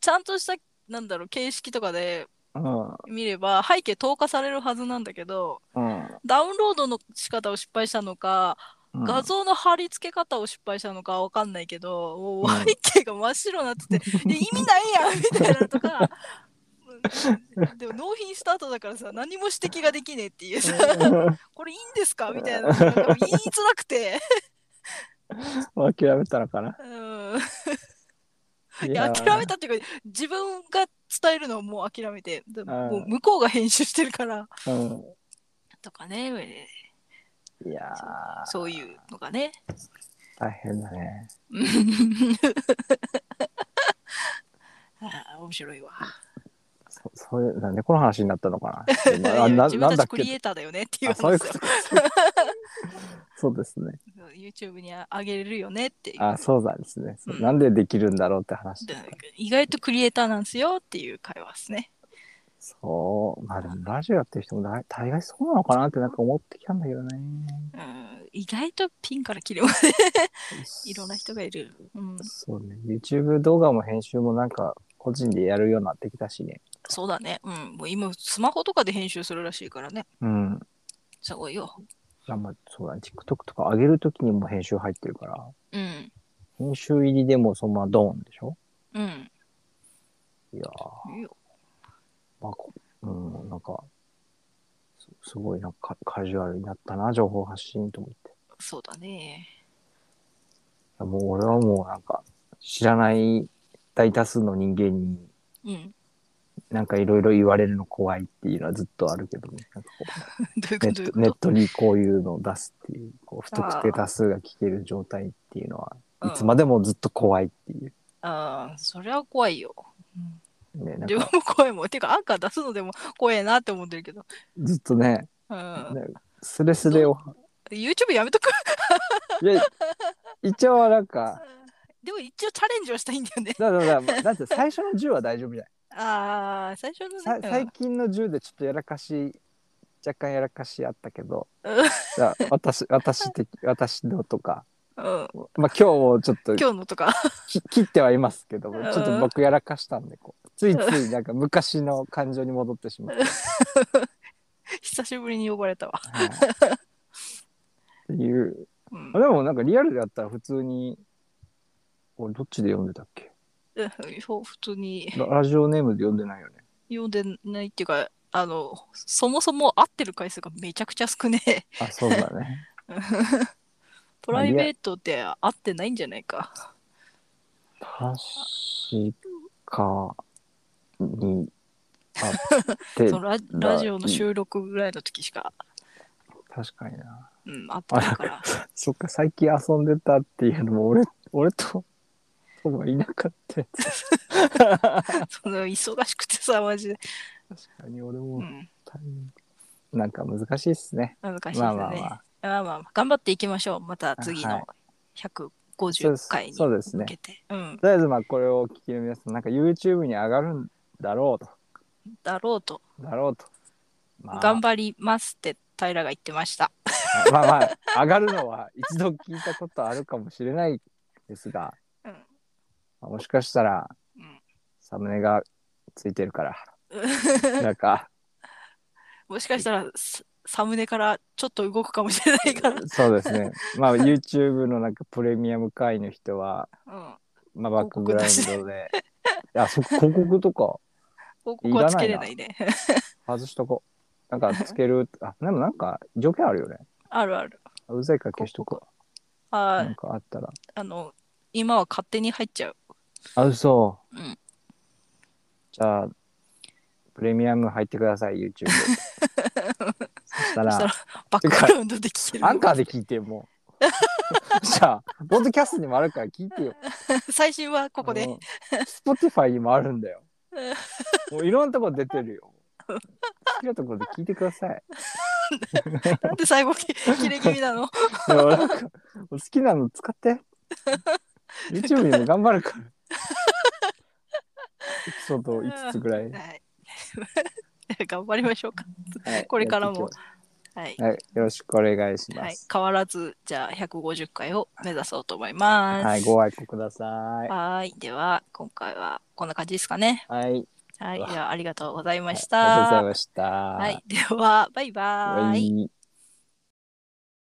B: ちゃんとした、なんだろう、形式とかで
A: うん
B: 見れば、背景投下されるはずなんだけど、
A: うん
B: ダウンロードの仕方を失敗したのか、
A: うん
B: 画像の貼り付け方を失敗したのかわかんないけど、もう
A: うん
B: 背景が真っ白になってて、いや意味ないやんみたいなのとか、うんでも納品した後だからさ、何も指摘ができねえっていうさ、これいいんですかみたいな、なんか言いづらくて、
A: *laughs* もう諦めたのかな
B: うん、
A: い
B: いや
A: ー
B: 諦めたっていうか、自分が伝えるのはもう諦めて、で
A: あー
B: ももう向こうが編集してるから、
A: う
B: とかね、
A: ん、いやー
B: そういうのがね。
A: 大変だね
B: あー面白いわ。
A: そそういうなんでこの話になったのかな
B: *laughs* い
A: 今
B: や
A: あな
B: 自
A: な
B: 分
A: ん
B: た
A: だ
B: ち
A: っ
B: クリエ
A: け
B: イターだよねっていう
A: あそういう
B: 話
A: こ
B: を
A: とか
B: *laughs*
A: そうですね
B: YouTube にあげれるよねっていう
A: あそうなんですね、そう
B: うん
A: なんでできるんだろうって話
B: で意外とクリエイターなんですよっていう会話ですね。
A: そうまあでもラジオやってる人も大大概そうなのかなってなんか思ってきたんだけどね
B: うん意外とピンか
A: *laughs*
B: ら切れまでいろんな人がいる。うん、
A: そうね YouTube 動画も編集もなんか個人でやるようになってきたしね
B: そうだね。うん、もう今スマホとかで編集するらしいからね。
A: うん
B: すごいよ。
A: あんまそうだね TikTok とか上げるときにも編集入ってるから
B: うん。
A: 編集入りでもそのままドーンでしょ
B: うん。
A: いやー
B: いいよ。
A: まあ、こうん、なんか、すすごいなんかカジュアルになったな、情報発信と思って。い
B: そうだね。
A: やもう俺はもうなんか、知らない大多数の人間に
B: うん。
A: なんかいろいろ言われるの怖いっていうのはずっとあるけどね。なんかこ
B: *laughs* どういう
A: う
B: こ
A: ネ
B: と
A: ッ
B: ど
A: ト
B: うい
A: ネ
B: う
A: ッ
B: こ
A: トにこういうのを出すっていう、こう不特定多数が聞ける状態っていうのは、
B: と
A: いつま
B: で
A: でもずっと怖いっていう。
B: ああ、それは怖いよ。うん
A: ね、なん
B: 自
A: か
B: 分も怖いもん。てか、アンカー出すのでも怖いなって思ってるけど。
A: ずっとね、
B: うん。
A: ねスレスレを。
B: YouTube やめとく。
A: いや、一応はなんか、
B: でも一応チャレンジはしたいんだよね。
A: だだだだって最初の10は大丈夫じゃん
B: ああ、最初の
A: さ
B: ね。
A: 最近の銃でちょっとやらかし若干やらかしあったけ
B: *laughs*
A: ど
B: うん
A: だ私私的私のとか、
B: うん
A: まあ、今日もちょっと
B: 今日のとか。 *laughs*
A: き切ってはいますけど
B: う
A: も
B: ん
A: ちょっと僕やらかしたんでこうついついなんか昔の感情に戻ってしま
B: *laughs*
A: う、
B: 久しぶりに呼ばれたわ。
A: はいっていう
B: うん
A: あ。でもなんかリアルでやったら普通に俺どっちで読んでたっけ
B: うんそう普通に
A: ララジオネームで読んでないよね
B: 読んでないっていうか、あの、そもそも会ってる回数がめちゃくちゃ少ね
A: *laughs*
B: え。
A: あそうだね
B: プライベートで会ってないんじゃないか。
A: 確かにあって
B: *laughs* そのララジオの収録ぐらいの時しか、
A: 確かにな。
B: うん、会って
A: あ
B: ない
A: なん
B: から
A: か。そっか最近遊んでたっていうのも俺俺とトムはいなかったやつ
B: *laughs* その忙しくてさ、マジで。
A: 確かに俺も、
B: うん。
A: なんか難しいっすね。
B: 難しいですね。
A: まあまあまあ。
B: まあまあ頑張っていきましょう。また次
A: は
B: の
A: い
B: 150回に
A: そうですそう
B: 向
A: です
B: けて。うん。
A: とりあえずまあこれをお聞きの皆さんなんか YouTube に上がるんだろうと
B: だろうと。
A: だろうと。まあ、
B: 頑張りますって平が言ってました。
A: まあまあ上がるのは一度聞いたことあるかもしれないですが、
B: うん
A: まあもしかしたら
B: うん
A: サムネがついてるからなん
B: *laughs*
A: か
B: もしかしたらササムネからちょっと動くかもしれない *laughs* から。
A: そうですねまあ YouTube のなんかプレミアム会の人は
B: うん。
A: まあ、バックグラウンドで。あ、そこ広告とか
B: ここはつけれないね。
A: 外しとこう。なんかつける。あ、でもなんか条件あるよね。
B: あるある。
A: うざいから消しとこう。
B: あ
A: なんかあったら。
B: あの、今は勝手に入っちゃう。
A: あ、嘘。
B: うん
A: じゃあ、プレミアム入ってください、YouTube。そした
B: そした
A: ら
B: *laughs* ら、バックグラウンドで聞ける。
A: アンカーで聞いてもう。じゃあ、ポッドキャストにもあるから聞いてよ。
B: *laughs* 最新はここで。 *laughs*
A: Spotify にもあるんだよ。もういろんなとこ出てるよ。好きなところで聞いてください。
B: なんで最後き *laughs* 切れ気味なの
A: いやなんかお好きなの使って。YouTube にも頑張るから。エピソード5つぐらい。
B: はい。頑張りましょうか。
A: はい
B: *laughs* これからも
A: やっていき
B: は
A: ま
B: い。
A: すはい、よろしくお願いしま
B: はい
A: す。、
B: 変わらず、じゃあ150回を目指そうと思います。
A: はい、ご愛顧ください。
B: はい。では、今回はこんな感じですかね。
A: はい、
B: は
A: う
B: い。で
A: わ
B: は、ありがとうございまし
A: ありがとうござい
B: た。
A: ました。
B: はい。では、バイバイ。
A: い。